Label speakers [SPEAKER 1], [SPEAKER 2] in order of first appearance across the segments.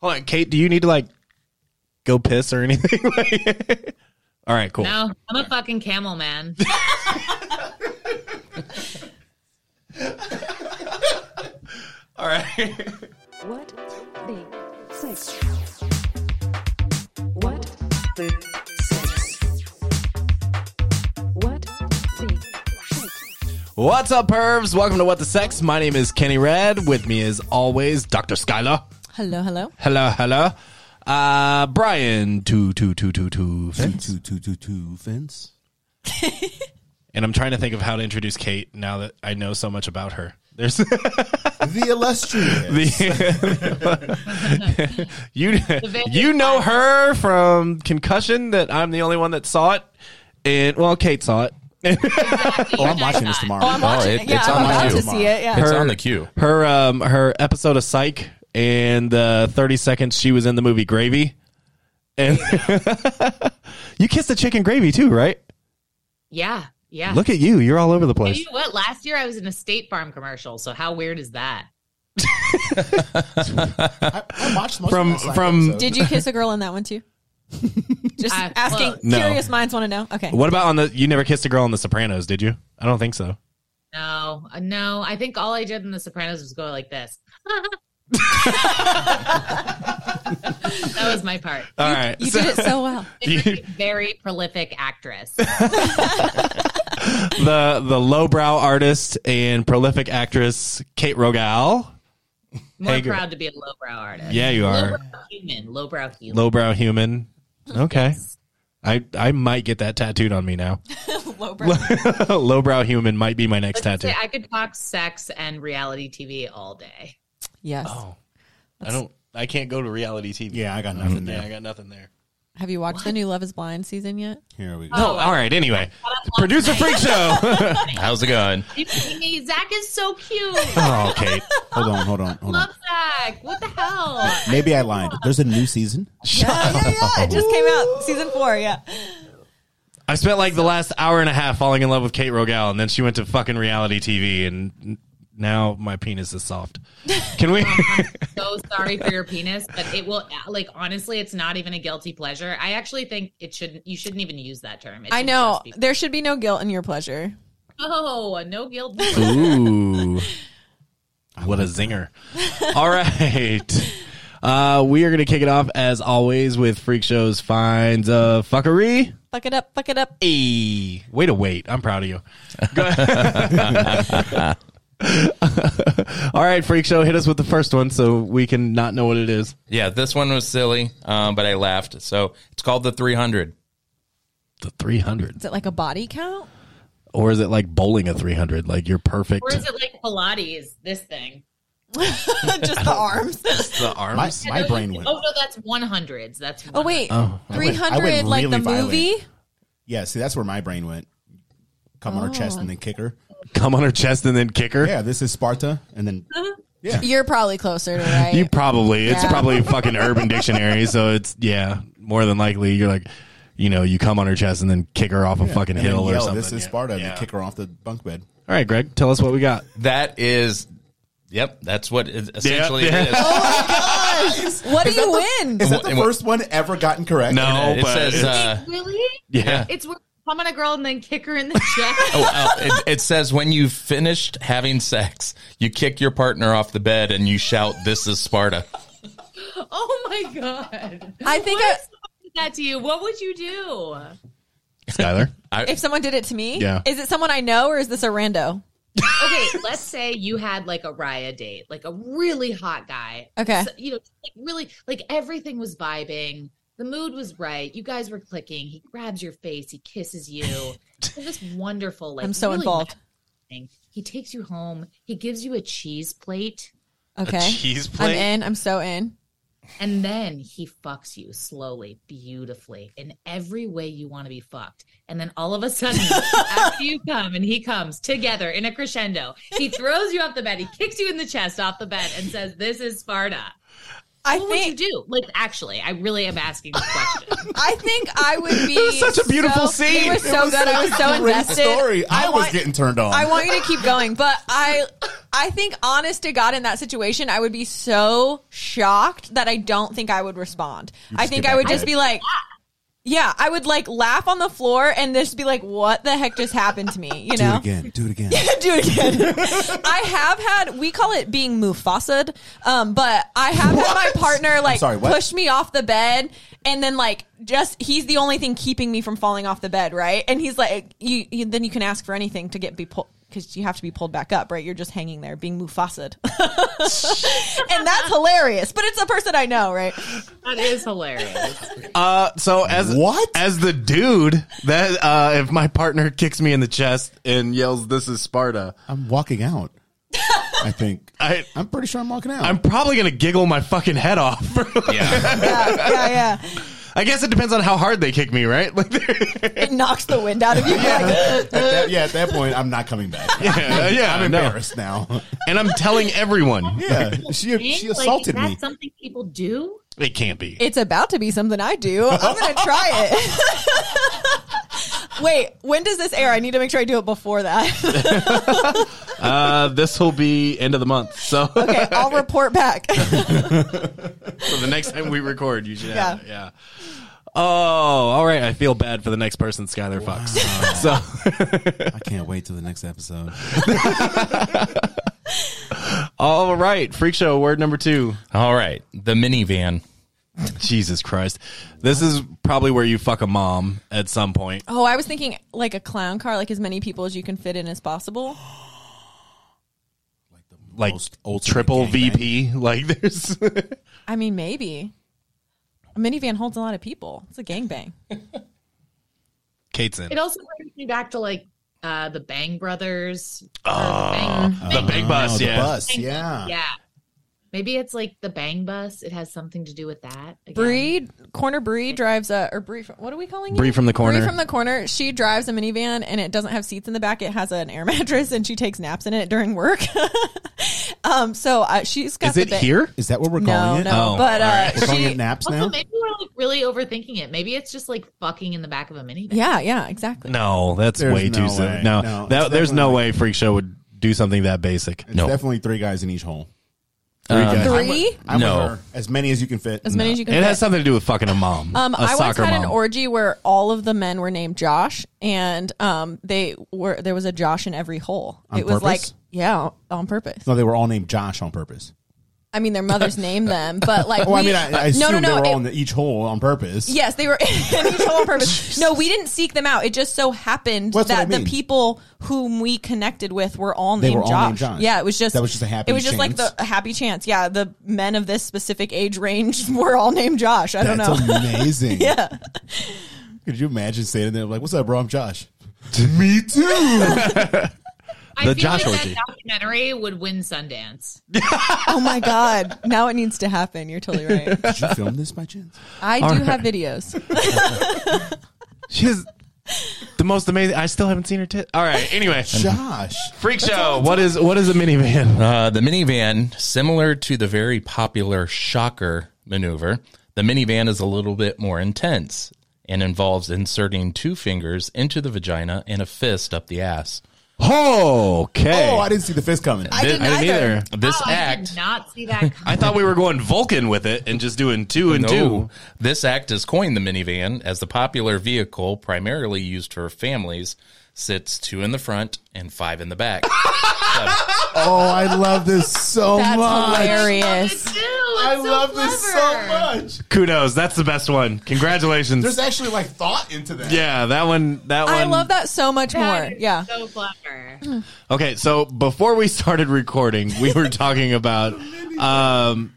[SPEAKER 1] Hold on, Kate. Do you need to like go piss or anything? Like- All right, cool.
[SPEAKER 2] No, I'm a fucking camel man.
[SPEAKER 1] All right.
[SPEAKER 3] What the sex? What the sex? What the sex?
[SPEAKER 1] What's up, pervs? Welcome to What the Sex. My name is Kenny Red. With me, as always, Dr. Skylar.
[SPEAKER 4] Hello, hello.
[SPEAKER 1] Hello, hello. Uh, Brian, two, two, two, two, two,
[SPEAKER 5] Two two two two fence.
[SPEAKER 1] and I'm trying to think of how to introduce Kate now that I know so much about her. There's
[SPEAKER 5] The illustrious.
[SPEAKER 1] the you
[SPEAKER 2] Vegas
[SPEAKER 1] you know her from concussion that I'm the only one that saw it, and well, Kate saw it.
[SPEAKER 2] oh,
[SPEAKER 5] I'm watching this tomorrow.
[SPEAKER 4] Oh, I'm watching
[SPEAKER 6] it-
[SPEAKER 4] it. Yeah,
[SPEAKER 6] it's on
[SPEAKER 4] I'm
[SPEAKER 6] my
[SPEAKER 4] about to
[SPEAKER 6] queue.
[SPEAKER 4] see it. Yeah.
[SPEAKER 6] It's on the queue.
[SPEAKER 1] Her um her episode of Psych and the 30 seconds she was in the movie Gravy, and you kissed the chicken gravy too, right?
[SPEAKER 2] Yeah, yeah.
[SPEAKER 1] Look at you, you're all over the
[SPEAKER 2] Hey,
[SPEAKER 1] place.
[SPEAKER 2] you know what? Last year I was in a State Farm commercial. So how weird is that?
[SPEAKER 5] I, I watched most
[SPEAKER 1] From-
[SPEAKER 5] of that
[SPEAKER 1] from-
[SPEAKER 5] episode.
[SPEAKER 4] Did you kiss a girl in that one too? Just
[SPEAKER 2] I-
[SPEAKER 4] asking.
[SPEAKER 2] well-
[SPEAKER 1] No.
[SPEAKER 4] Curious minds want to know. Okay.
[SPEAKER 1] What about on the? You never kissed a girl on The Sopranos, did you? I don't think so.
[SPEAKER 2] No, uh, no. I think all I did in The Sopranos was go like this. that was my part.
[SPEAKER 1] All right,
[SPEAKER 4] You
[SPEAKER 1] so-
[SPEAKER 4] did it so well.
[SPEAKER 1] You-
[SPEAKER 2] Very prolific actress.
[SPEAKER 1] the the lowbrow artist and prolific actress Kate Rogal.
[SPEAKER 2] More
[SPEAKER 1] Hey, girl.
[SPEAKER 2] proud to be a lowbrow artist.
[SPEAKER 1] Yeah, you are
[SPEAKER 2] Lowbrow human. Lowbrow human.
[SPEAKER 1] lowbrow human. Okay, I I might get that tattooed on me now.
[SPEAKER 4] Lowbrow.
[SPEAKER 1] lowbrow human might be my next
[SPEAKER 2] Let's just
[SPEAKER 1] tattoo.
[SPEAKER 2] say I could talk sex and reality TV all day.
[SPEAKER 4] Yes.
[SPEAKER 1] I don't. I can't go to reality TV.
[SPEAKER 5] Yeah, I got nothing
[SPEAKER 1] Yeah, I
[SPEAKER 5] there.
[SPEAKER 1] got nothing there.
[SPEAKER 4] Have you watched the new Love Is Blind season yet?
[SPEAKER 5] Here we
[SPEAKER 4] Oh.
[SPEAKER 5] go.
[SPEAKER 1] No. Oh, All right. Anyway, producer freak show.
[SPEAKER 6] How's it going?
[SPEAKER 2] Are you kidding me? Zach is so cute.
[SPEAKER 1] oh, Kate.
[SPEAKER 5] Hold on, hold on, hold on.
[SPEAKER 2] Love Zach. What the hell?
[SPEAKER 5] Maybe I lied. There's a new season.
[SPEAKER 4] Yeah, yeah, yeah. It just came out season four. Yeah.
[SPEAKER 1] I spent like the last hour and a half falling in love with Kate Rogal, and then she went to fucking reality TV, and now my penis is soft. Can we?
[SPEAKER 2] so sorry for your penis, but it will like honestly, it's not even a guilty pleasure. I actually think it shouldn't. You shouldn't even use that term. It
[SPEAKER 4] I
[SPEAKER 2] should
[SPEAKER 4] know.
[SPEAKER 2] just be-
[SPEAKER 4] There should be no guilt in your pleasure.
[SPEAKER 2] Oh, no guilt.
[SPEAKER 1] Ooh. What a zinger. All right. Uh, we are going to kick it off, as always, with Freak Show's Finds of Fuckery.
[SPEAKER 4] Fuck it up. Fuck it up.
[SPEAKER 1] Hey, way to wait. I'm proud of you. Go All right, Freak Show, hit us with the first one so we can not know what it is.
[SPEAKER 6] Yeah, this one was silly, um, but I laughed. So it's called the 300.
[SPEAKER 1] The 300.
[SPEAKER 4] Is it like a body count?
[SPEAKER 1] Or is it like bowling a 300? Like you're perfect.
[SPEAKER 2] Or is it like Pilates? This thing.
[SPEAKER 4] just the arms.
[SPEAKER 1] the
[SPEAKER 5] My,
[SPEAKER 1] arms?
[SPEAKER 5] my brain went.
[SPEAKER 2] Oh no, that's one hundreds. That's
[SPEAKER 4] Oh wait,
[SPEAKER 1] I
[SPEAKER 4] three
[SPEAKER 1] went-
[SPEAKER 5] I went
[SPEAKER 4] hundred like the
[SPEAKER 5] really violent.
[SPEAKER 4] movie.
[SPEAKER 5] Yeah, see, that's where my brain went. Come on her chest
[SPEAKER 4] Oh.
[SPEAKER 5] and then kick her.
[SPEAKER 1] Come on her chest and then kick her?
[SPEAKER 5] Yeah, this is Sparta, and then
[SPEAKER 4] You're probably closer to right.
[SPEAKER 1] You probably. It's
[SPEAKER 4] Yeah.
[SPEAKER 1] probably fucking Urban Dictionary. So it's yeah, more than likely you're like, you know, you come on her chest and then kick her off a fucking
[SPEAKER 5] and then
[SPEAKER 1] hill or
[SPEAKER 5] yell,
[SPEAKER 1] something.
[SPEAKER 5] "This is
[SPEAKER 1] Yeah.
[SPEAKER 5] Sparta," and
[SPEAKER 1] Yeah.
[SPEAKER 5] then kick her off the bunk bed.
[SPEAKER 1] All right, Greg, tell us what we got.
[SPEAKER 6] That is, yep, that's what it, essentially
[SPEAKER 1] Yeah.
[SPEAKER 6] it is.
[SPEAKER 4] what do you win?
[SPEAKER 5] Is that the
[SPEAKER 6] And what-
[SPEAKER 5] first one ever gotten correct?
[SPEAKER 1] No,
[SPEAKER 6] It
[SPEAKER 1] Oh, but
[SPEAKER 6] says, uh,
[SPEAKER 2] really.
[SPEAKER 1] yeah.
[SPEAKER 2] It's where I'm on a girl and then kick her in the chest.
[SPEAKER 6] oh, oh, it, it says when you've finished having sex, you kick your partner off the bed and you shout, This is Sparta.
[SPEAKER 2] oh my god!
[SPEAKER 4] I think
[SPEAKER 2] What
[SPEAKER 4] I-
[SPEAKER 2] if someone did that to you. What would you do?
[SPEAKER 1] Skyler.
[SPEAKER 4] if someone did it to me,
[SPEAKER 1] Yeah.
[SPEAKER 4] is it someone I know or is this a rando?
[SPEAKER 2] Okay, let's say you had like a Raya date, like a really hot guy.
[SPEAKER 4] Okay.
[SPEAKER 2] So, you know, like really, like everything was vibing. The mood was right. You guys were clicking. He grabs your face. He kisses you. It's this wonderful, like
[SPEAKER 4] I'm so
[SPEAKER 2] really
[SPEAKER 4] involved.
[SPEAKER 2] magic thing. He takes you home. He gives you a cheese plate,
[SPEAKER 4] Okay.
[SPEAKER 1] cheese
[SPEAKER 4] I'm
[SPEAKER 1] plate?
[SPEAKER 4] in. I'm so in.
[SPEAKER 2] and then he fucks you slowly, beautifully, in every way you want to be fucked. And then all of a sudden, after you come and he comes together in a crescendo, he throws you off the bed. He kicks you in the chest off the bed and says, "This is Sparta."
[SPEAKER 4] I
[SPEAKER 2] What would you
[SPEAKER 4] think
[SPEAKER 2] do? Like, actually, I really am asking this question.
[SPEAKER 4] I think I would be.
[SPEAKER 1] such a beautiful
[SPEAKER 4] so,
[SPEAKER 1] scene.
[SPEAKER 4] It was so good. I was so
[SPEAKER 5] Great
[SPEAKER 4] invested.
[SPEAKER 5] story. I, was
[SPEAKER 4] want,
[SPEAKER 5] getting turned on.
[SPEAKER 4] I want you to keep going, but I I think, honest to God, in that situation, I would be so shocked that I don't think I would respond. I
[SPEAKER 5] just
[SPEAKER 4] think
[SPEAKER 5] get
[SPEAKER 4] I would
[SPEAKER 5] back
[SPEAKER 4] just
[SPEAKER 5] at
[SPEAKER 4] be
[SPEAKER 5] it.
[SPEAKER 4] like, yeah, I would like laugh on the floor and just be like, what the heck just happened to me? You know?
[SPEAKER 5] Do it again. Do it again.
[SPEAKER 4] do it again. I have had we call it being Mufasa'd, um, but I have had my partner like
[SPEAKER 5] sorry, what?
[SPEAKER 4] push me off the bed and then like just he's the only thing keeping me from falling off the bed, right? And he's like, you, you then you can ask for anything to get be pulled. Because you have to be pulled back up, right? You're just hanging there, being Mufasa'd, and that's hilarious. But it's a person I know, right?
[SPEAKER 2] That is hilarious.
[SPEAKER 1] Uh, so as
[SPEAKER 5] What?
[SPEAKER 1] as the dude that uh, if my partner kicks me in the chest and yells, "This is Sparta,"
[SPEAKER 5] I'm walking out. I think.
[SPEAKER 1] I
[SPEAKER 5] I'm pretty sure I'm walking out.
[SPEAKER 1] I'm probably gonna giggle my fucking head off.
[SPEAKER 6] Yeah.
[SPEAKER 4] Yeah, yeah,
[SPEAKER 1] I guess it depends on how hard they kick me, right? Like,
[SPEAKER 4] yeah. It knocks the wind out of you.
[SPEAKER 5] at that, yeah, at that point, I'm not coming back.
[SPEAKER 1] yeah, yeah,
[SPEAKER 5] I'm
[SPEAKER 1] no.
[SPEAKER 5] embarrassed now.
[SPEAKER 1] and I'm telling everyone
[SPEAKER 5] Yeah, she she assaulted
[SPEAKER 2] like, is
[SPEAKER 5] me.
[SPEAKER 2] That something people do.
[SPEAKER 1] it can't be.
[SPEAKER 4] It's about to be something I do. I'm going to try it. Wait, when does this air? I need to make sure I do it before that.
[SPEAKER 1] Uh, this will be end of the month, so
[SPEAKER 4] okay, I'll report back.
[SPEAKER 1] so the next time we record, you should. Yeah.
[SPEAKER 4] Yeah.
[SPEAKER 1] yeah. Oh, all right. I feel bad for the next person, Skylar Fox. So.
[SPEAKER 5] I can't wait till the next episode.
[SPEAKER 1] All right, freak show word number two.
[SPEAKER 6] All right. The minivan.
[SPEAKER 1] Jesus Christ, this is probably where you fuck a mom at some point.
[SPEAKER 4] oh, I was thinking like a clown car, like as many people as you can fit in as possible.
[SPEAKER 1] Like
[SPEAKER 5] Most ultimate
[SPEAKER 1] triple
[SPEAKER 5] gangbang.
[SPEAKER 1] VP. Like there's
[SPEAKER 4] I mean, maybe. A minivan holds a lot of people. It's a gangbang.
[SPEAKER 1] Kate's in
[SPEAKER 2] It also brings me back to like uh, the Bang Brothers. or the Bang-
[SPEAKER 1] the big
[SPEAKER 5] Oh,
[SPEAKER 1] bus.
[SPEAKER 5] the
[SPEAKER 1] yeah,
[SPEAKER 5] bus, yeah.
[SPEAKER 2] yeah. Maybe it's like the Bang Bus. It has something to do with that. again.
[SPEAKER 4] Bree, corner Bree drives a, or Bree, from- what are we calling you?
[SPEAKER 1] Bree from the corner.
[SPEAKER 4] Bree from the corner. She drives a minivan and it doesn't have seats in the back. It has an air mattress and she takes naps in it during work. um, so uh, she's got
[SPEAKER 1] Is it
[SPEAKER 4] the ba-
[SPEAKER 1] here?
[SPEAKER 5] Is that what we're
[SPEAKER 4] No,
[SPEAKER 5] calling it?
[SPEAKER 4] no.
[SPEAKER 1] Oh,
[SPEAKER 4] but uh,
[SPEAKER 1] all right.
[SPEAKER 5] We're calling
[SPEAKER 4] she-
[SPEAKER 5] it naps
[SPEAKER 2] Also,
[SPEAKER 5] now.
[SPEAKER 2] maybe we're like really overthinking it. Maybe it's just like fucking in the back of a minivan.
[SPEAKER 4] yeah, yeah, exactly.
[SPEAKER 1] No, that's
[SPEAKER 5] There's
[SPEAKER 1] way too
[SPEAKER 5] no way.
[SPEAKER 1] soon. No,
[SPEAKER 5] No,
[SPEAKER 1] that,
[SPEAKER 5] it's
[SPEAKER 1] there's no
[SPEAKER 5] definitely-
[SPEAKER 1] way freak show would do something that basic.
[SPEAKER 5] It's definitely three guys in each hole.
[SPEAKER 6] Um,
[SPEAKER 5] I'm with-
[SPEAKER 4] Three?
[SPEAKER 5] I'm with
[SPEAKER 6] No.
[SPEAKER 5] her. as many as you can fit.
[SPEAKER 4] As many as you can.
[SPEAKER 1] It
[SPEAKER 4] fit.
[SPEAKER 1] has something to do with fucking a mom.
[SPEAKER 4] Um,
[SPEAKER 1] a
[SPEAKER 4] I once
[SPEAKER 1] soccer
[SPEAKER 4] had
[SPEAKER 1] mom.
[SPEAKER 4] an orgy where all of the men were named Josh, and um, they were there was a Josh in every hole.
[SPEAKER 5] On
[SPEAKER 4] it was
[SPEAKER 5] purpose?
[SPEAKER 4] like yeah, on purpose.
[SPEAKER 5] No, they were all named Josh on purpose.
[SPEAKER 4] I mean, their mothers named them, but like
[SPEAKER 5] Well, Oh, I
[SPEAKER 4] we-
[SPEAKER 5] mean, I, I assume
[SPEAKER 4] Uh, no, no,
[SPEAKER 5] they
[SPEAKER 4] no.
[SPEAKER 5] were
[SPEAKER 4] it-
[SPEAKER 5] all in the, each hole on purpose.
[SPEAKER 4] Yes, they were in each hole on purpose. No, we didn't seek them out. It just so happened
[SPEAKER 5] Well, that's
[SPEAKER 4] that
[SPEAKER 5] what I
[SPEAKER 4] the
[SPEAKER 5] mean.
[SPEAKER 4] people whom we connected with were all
[SPEAKER 5] They
[SPEAKER 4] named
[SPEAKER 5] were all
[SPEAKER 4] Josh.
[SPEAKER 5] named Josh.
[SPEAKER 4] Yeah, it was just
[SPEAKER 5] That was just a happy
[SPEAKER 4] It was just like
[SPEAKER 5] chance.
[SPEAKER 4] the a happy chance. Yeah, the men of this specific age range were all named Josh. I don't know.
[SPEAKER 5] That's amazing.
[SPEAKER 4] yeah.
[SPEAKER 5] Could you imagine standing there like, "What's up, bro? I'm Josh." Me too.
[SPEAKER 2] I
[SPEAKER 1] The
[SPEAKER 2] feel
[SPEAKER 1] Josh
[SPEAKER 2] like
[SPEAKER 1] orgy.
[SPEAKER 2] that documentary would win Sundance.
[SPEAKER 4] Oh my God. Now it needs to happen. You're totally right.
[SPEAKER 5] Did you film this by chance?
[SPEAKER 4] I do have videos.
[SPEAKER 1] She's the most amazing. I still haven't seen her tit. All right. Anyway,
[SPEAKER 5] Josh.
[SPEAKER 1] freak show. What is what is a minivan?
[SPEAKER 6] Uh, the minivan, similar to the very popular shocker maneuver, the minivan is a little bit more intense and involves inserting two fingers into the vagina and a fist up the ass.
[SPEAKER 1] Okay.
[SPEAKER 5] Oh, I didn't see the fist coming.
[SPEAKER 4] I didn't,
[SPEAKER 1] I didn't
[SPEAKER 4] either.
[SPEAKER 1] either.
[SPEAKER 6] This
[SPEAKER 2] Wow, Oh, I
[SPEAKER 6] act,
[SPEAKER 2] did not see that
[SPEAKER 1] I
[SPEAKER 2] coming.
[SPEAKER 1] thought we were going Vulcan with it and just doing two and two.
[SPEAKER 6] no, this act has coined the minivan as the popular vehicle primarily used for families. Sits two in the front and five in the back.
[SPEAKER 5] oh, I love this so
[SPEAKER 4] That's
[SPEAKER 5] much.
[SPEAKER 4] hilarious.
[SPEAKER 2] Dude, Oh,
[SPEAKER 5] I
[SPEAKER 2] it's so
[SPEAKER 5] love this so
[SPEAKER 2] clever.
[SPEAKER 5] much.
[SPEAKER 1] Kudos. That's the best one. Congratulations.
[SPEAKER 5] There's actually like thought into that.
[SPEAKER 1] yeah, that one. That one.
[SPEAKER 4] I love that so much
[SPEAKER 2] That
[SPEAKER 4] more.
[SPEAKER 2] is
[SPEAKER 4] Yeah.
[SPEAKER 2] So clever.
[SPEAKER 1] Okay, so before we started recording, we were talking about um,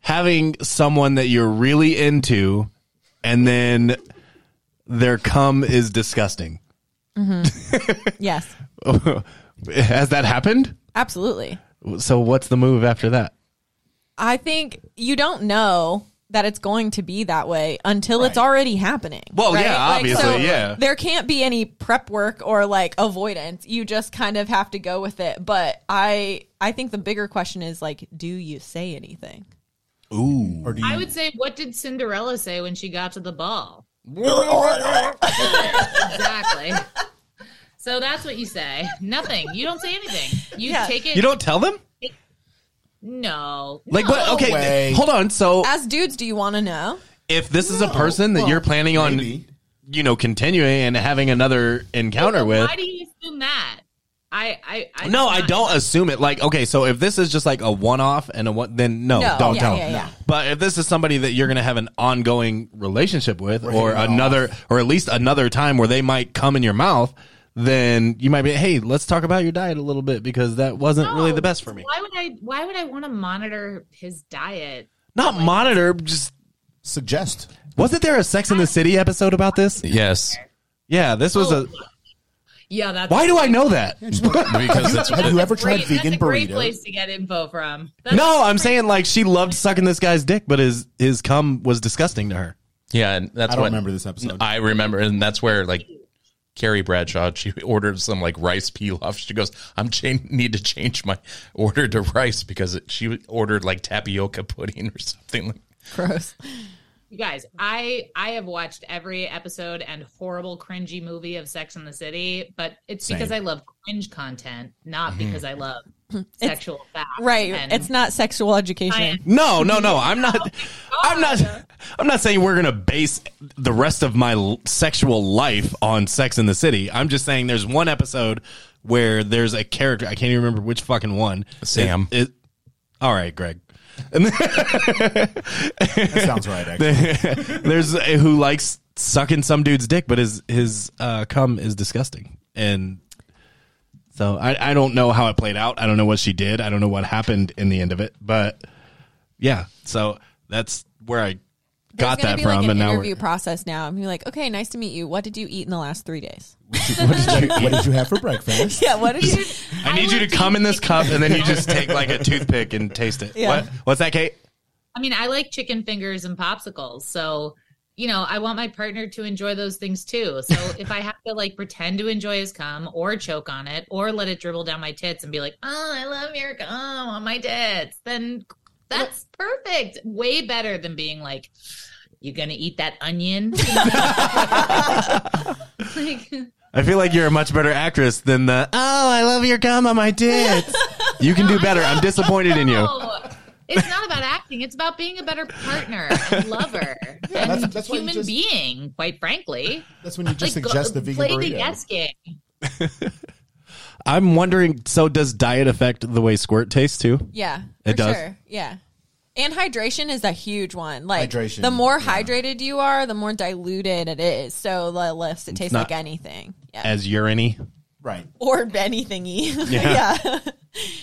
[SPEAKER 1] having someone that you're really into, and then their cum is disgusting.
[SPEAKER 4] Yes.
[SPEAKER 1] Has that happened?
[SPEAKER 4] Absolutely.
[SPEAKER 1] So what's the move after that?
[SPEAKER 4] I think you don't know that it's going to be that way until it's
[SPEAKER 5] Right.
[SPEAKER 4] already happening.
[SPEAKER 1] Well,
[SPEAKER 4] right?
[SPEAKER 1] yeah, obviously, yeah.
[SPEAKER 4] There can't be any prep work or like avoidance. You just kind of have to go with it. But I, I think the bigger question is like, do you say anything?
[SPEAKER 5] Ooh. Or do you?
[SPEAKER 1] Hmm.
[SPEAKER 2] I would say, what did Cinderella say when she got to the ball? exactly. So that's what you say. Nothing. You don't say anything. You
[SPEAKER 4] Yeah.
[SPEAKER 2] take it.
[SPEAKER 1] You don't tell them?
[SPEAKER 2] No.
[SPEAKER 1] Like
[SPEAKER 2] no.
[SPEAKER 1] what? Okay,
[SPEAKER 5] way.
[SPEAKER 1] hold on. So
[SPEAKER 4] As dudes, do you want to know?
[SPEAKER 1] if this is a person that
[SPEAKER 5] well,
[SPEAKER 1] you're planning on,
[SPEAKER 5] maybe.
[SPEAKER 1] you know, continuing and having another encounter with,
[SPEAKER 2] Why do you assume that? I, I, I
[SPEAKER 1] no, I don't assume it. Like, okay, so if this is just like a one-off and a one, then no,
[SPEAKER 4] No,
[SPEAKER 1] don't
[SPEAKER 4] yeah,
[SPEAKER 1] tell
[SPEAKER 4] yeah,
[SPEAKER 1] them.
[SPEAKER 4] yeah.
[SPEAKER 1] But if this is somebody that you're going to have an ongoing relationship with, or
[SPEAKER 5] hitting it
[SPEAKER 1] another, or at least another time where they might come in your mouth, then you might be, hey, let's talk about your diet a little bit because that wasn't really
[SPEAKER 2] No,
[SPEAKER 1] the best for me.
[SPEAKER 2] Why would I? Why would I want to monitor his diet?
[SPEAKER 1] Not monitor. Just
[SPEAKER 5] Suggest.
[SPEAKER 1] wasn't there a Sex in the City episode about this?
[SPEAKER 6] Yes,
[SPEAKER 1] Yeah, this was
[SPEAKER 2] Oh.
[SPEAKER 1] a.
[SPEAKER 2] Yeah, that's
[SPEAKER 1] Why do I know that?
[SPEAKER 6] because it's
[SPEAKER 5] Have you ever
[SPEAKER 2] Great,
[SPEAKER 5] tried
[SPEAKER 2] that's
[SPEAKER 5] vegan
[SPEAKER 2] a great
[SPEAKER 5] burrito?
[SPEAKER 2] place to get info from. That's
[SPEAKER 1] No, I'm saying like she loved sucking this guy's dick, but his his cum was disgusting to her.
[SPEAKER 6] yeah, and that's
[SPEAKER 5] I don't
[SPEAKER 6] what
[SPEAKER 5] remember this episode.
[SPEAKER 6] I remember, and that's where like Carrie Bradshaw she ordered some like rice pilaf. She goes, "I'm cha- need to change my order to rice because it, she ordered like tapioca pudding or something." Like,
[SPEAKER 4] Gross.
[SPEAKER 2] You guys, I I have watched every episode and horrible cringy movie of Sex and the City, but it's because I love cringe content, not because I love sexual facts.
[SPEAKER 4] Right.
[SPEAKER 2] and
[SPEAKER 4] It's not sexual education.
[SPEAKER 2] science.
[SPEAKER 1] No, no, no. I'm not. I'm not. I'm not saying we're gonna base the rest of my l- sexual life on Sex in the City. I'm just saying there's one episode where there's a character I can't even remember which fucking one.
[SPEAKER 6] Sam.
[SPEAKER 1] It, it- all right, Greg.
[SPEAKER 5] That sounds right. Actually,
[SPEAKER 1] There's a, who likes sucking some dude's dick, but his his uh, cum is disgusting, and so I I don't know how it played out. I don't know what she did. I don't know what happened in the end of it, but yeah. So that's where I
[SPEAKER 4] There's
[SPEAKER 1] got
[SPEAKER 4] gonna
[SPEAKER 1] that
[SPEAKER 4] be
[SPEAKER 1] from,
[SPEAKER 4] like an
[SPEAKER 1] and now
[SPEAKER 4] interview
[SPEAKER 1] we're,
[SPEAKER 4] process now. I'm gonna be like, okay, nice to meet you. What did you eat in the last three days?
[SPEAKER 5] what, did you, what did you have for breakfast?
[SPEAKER 4] Yeah, what did you?
[SPEAKER 1] I need you to
[SPEAKER 2] like
[SPEAKER 1] come in this
[SPEAKER 2] chicken-
[SPEAKER 1] cup, and then you just take like a toothpick and taste it.
[SPEAKER 4] Yeah.
[SPEAKER 1] What? What's that, Kate?
[SPEAKER 2] I mean, I like chicken fingers and popsicles, so you know, I want my partner to enjoy those things too. So if I have to like pretend to enjoy his cum or choke on it or let it dribble down my tits and be like, "Oh, I love your cum on my tits," then that's perfect. Way better than being like, "You gonna eat that onion?" like,
[SPEAKER 1] I feel like you're a much better actress than the. Oh, I love your gum on my tits. You can do better. I'm disappointed in you.
[SPEAKER 2] no. It's not about acting. It's about being a better partner, and lover, and
[SPEAKER 5] that's- that's why you
[SPEAKER 2] human
[SPEAKER 5] just-
[SPEAKER 2] being. Quite frankly,
[SPEAKER 5] That's when you just
[SPEAKER 2] Like, go-
[SPEAKER 5] suggest the vegan
[SPEAKER 2] play
[SPEAKER 5] burrito.
[SPEAKER 2] the yes game.
[SPEAKER 1] I'm wondering. So, does diet affect the way squirt tastes too?
[SPEAKER 4] Yeah,
[SPEAKER 1] It
[SPEAKER 4] for
[SPEAKER 1] does.
[SPEAKER 4] Sure. Yeah, and hydration is a huge one. Like
[SPEAKER 5] Hydration,
[SPEAKER 4] the more
[SPEAKER 5] yeah.
[SPEAKER 4] hydrated you are, the more diluted it is. So the less it tastes
[SPEAKER 1] not-
[SPEAKER 4] like anything. Yeah,
[SPEAKER 1] As uriny,
[SPEAKER 5] Right.
[SPEAKER 4] or anythingy. Yeah.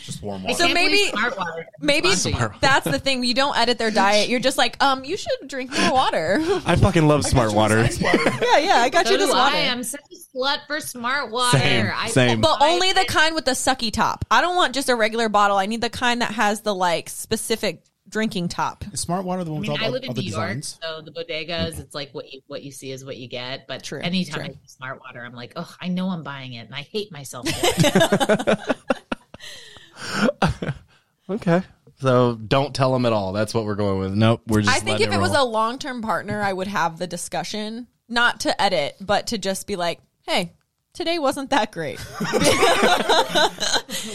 [SPEAKER 5] Just warm water.
[SPEAKER 4] So
[SPEAKER 2] Can't believe
[SPEAKER 4] maybe-
[SPEAKER 2] smart water.
[SPEAKER 4] Maybe
[SPEAKER 2] Sponsored.
[SPEAKER 4] that's the thing. You don't edit their diet. You're just like, um, you should drink more water.
[SPEAKER 1] I fucking love smart water.
[SPEAKER 4] yeah, yeah, I got
[SPEAKER 2] So do I. I'm such a slut for smart water.
[SPEAKER 1] Same,
[SPEAKER 2] I,
[SPEAKER 1] same.
[SPEAKER 4] But only the kind with the sucky top. I don't want just a regular bottle. I need the kind that has the like specific drinking top.
[SPEAKER 5] Is smart water the one
[SPEAKER 2] I
[SPEAKER 5] with
[SPEAKER 2] mean, I
[SPEAKER 5] all,
[SPEAKER 2] live
[SPEAKER 5] the- all
[SPEAKER 2] in
[SPEAKER 5] the
[SPEAKER 2] New York,
[SPEAKER 5] designs?
[SPEAKER 2] so the bodegas, it's like what you what you see is what you get. But
[SPEAKER 4] True,
[SPEAKER 2] anytime I
[SPEAKER 4] true.
[SPEAKER 2] see smart water, I'm like, oh, I know I'm buying it, and I hate myself. for it.
[SPEAKER 1] Okay. So don't tell them at all. That's what we're going with. Nope. We're just.
[SPEAKER 4] I think
[SPEAKER 1] letting
[SPEAKER 4] if it was a
[SPEAKER 1] roll.
[SPEAKER 4] long term partner, I would have the discussion, not to edit, but to just be like, hey, today wasn't that great.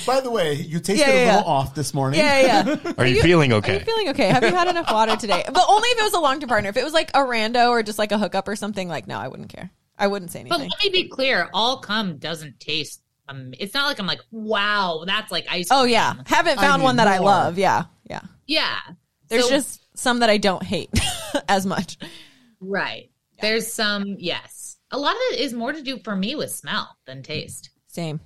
[SPEAKER 5] By the way, you tasted
[SPEAKER 4] Yeah,
[SPEAKER 5] a
[SPEAKER 4] yeah,
[SPEAKER 5] little
[SPEAKER 4] yeah.
[SPEAKER 5] off this morning.
[SPEAKER 4] yeah, yeah, yeah.
[SPEAKER 1] Are you feeling okay?
[SPEAKER 4] Are you feeling okay? Have you had enough water today? But only if it was a long term partner. If it was like a rando or just like a hookup or something, like, no, I wouldn't care. I wouldn't say
[SPEAKER 2] but
[SPEAKER 4] anything.
[SPEAKER 2] let me be clear: all cum doesn't taste. Um, it's not like I'm like, wow, that's like ice.
[SPEAKER 4] Oh
[SPEAKER 2] cream."
[SPEAKER 4] yeah, haven't
[SPEAKER 5] I
[SPEAKER 4] found
[SPEAKER 5] need
[SPEAKER 4] one that I
[SPEAKER 5] more.
[SPEAKER 4] love. Yeah, yeah.
[SPEAKER 2] yeah.
[SPEAKER 4] There's
[SPEAKER 2] So-
[SPEAKER 4] just some that I don't hate as much.
[SPEAKER 2] right. There's some yes. A lot of it is more to do for me with smell than taste.
[SPEAKER 4] Same.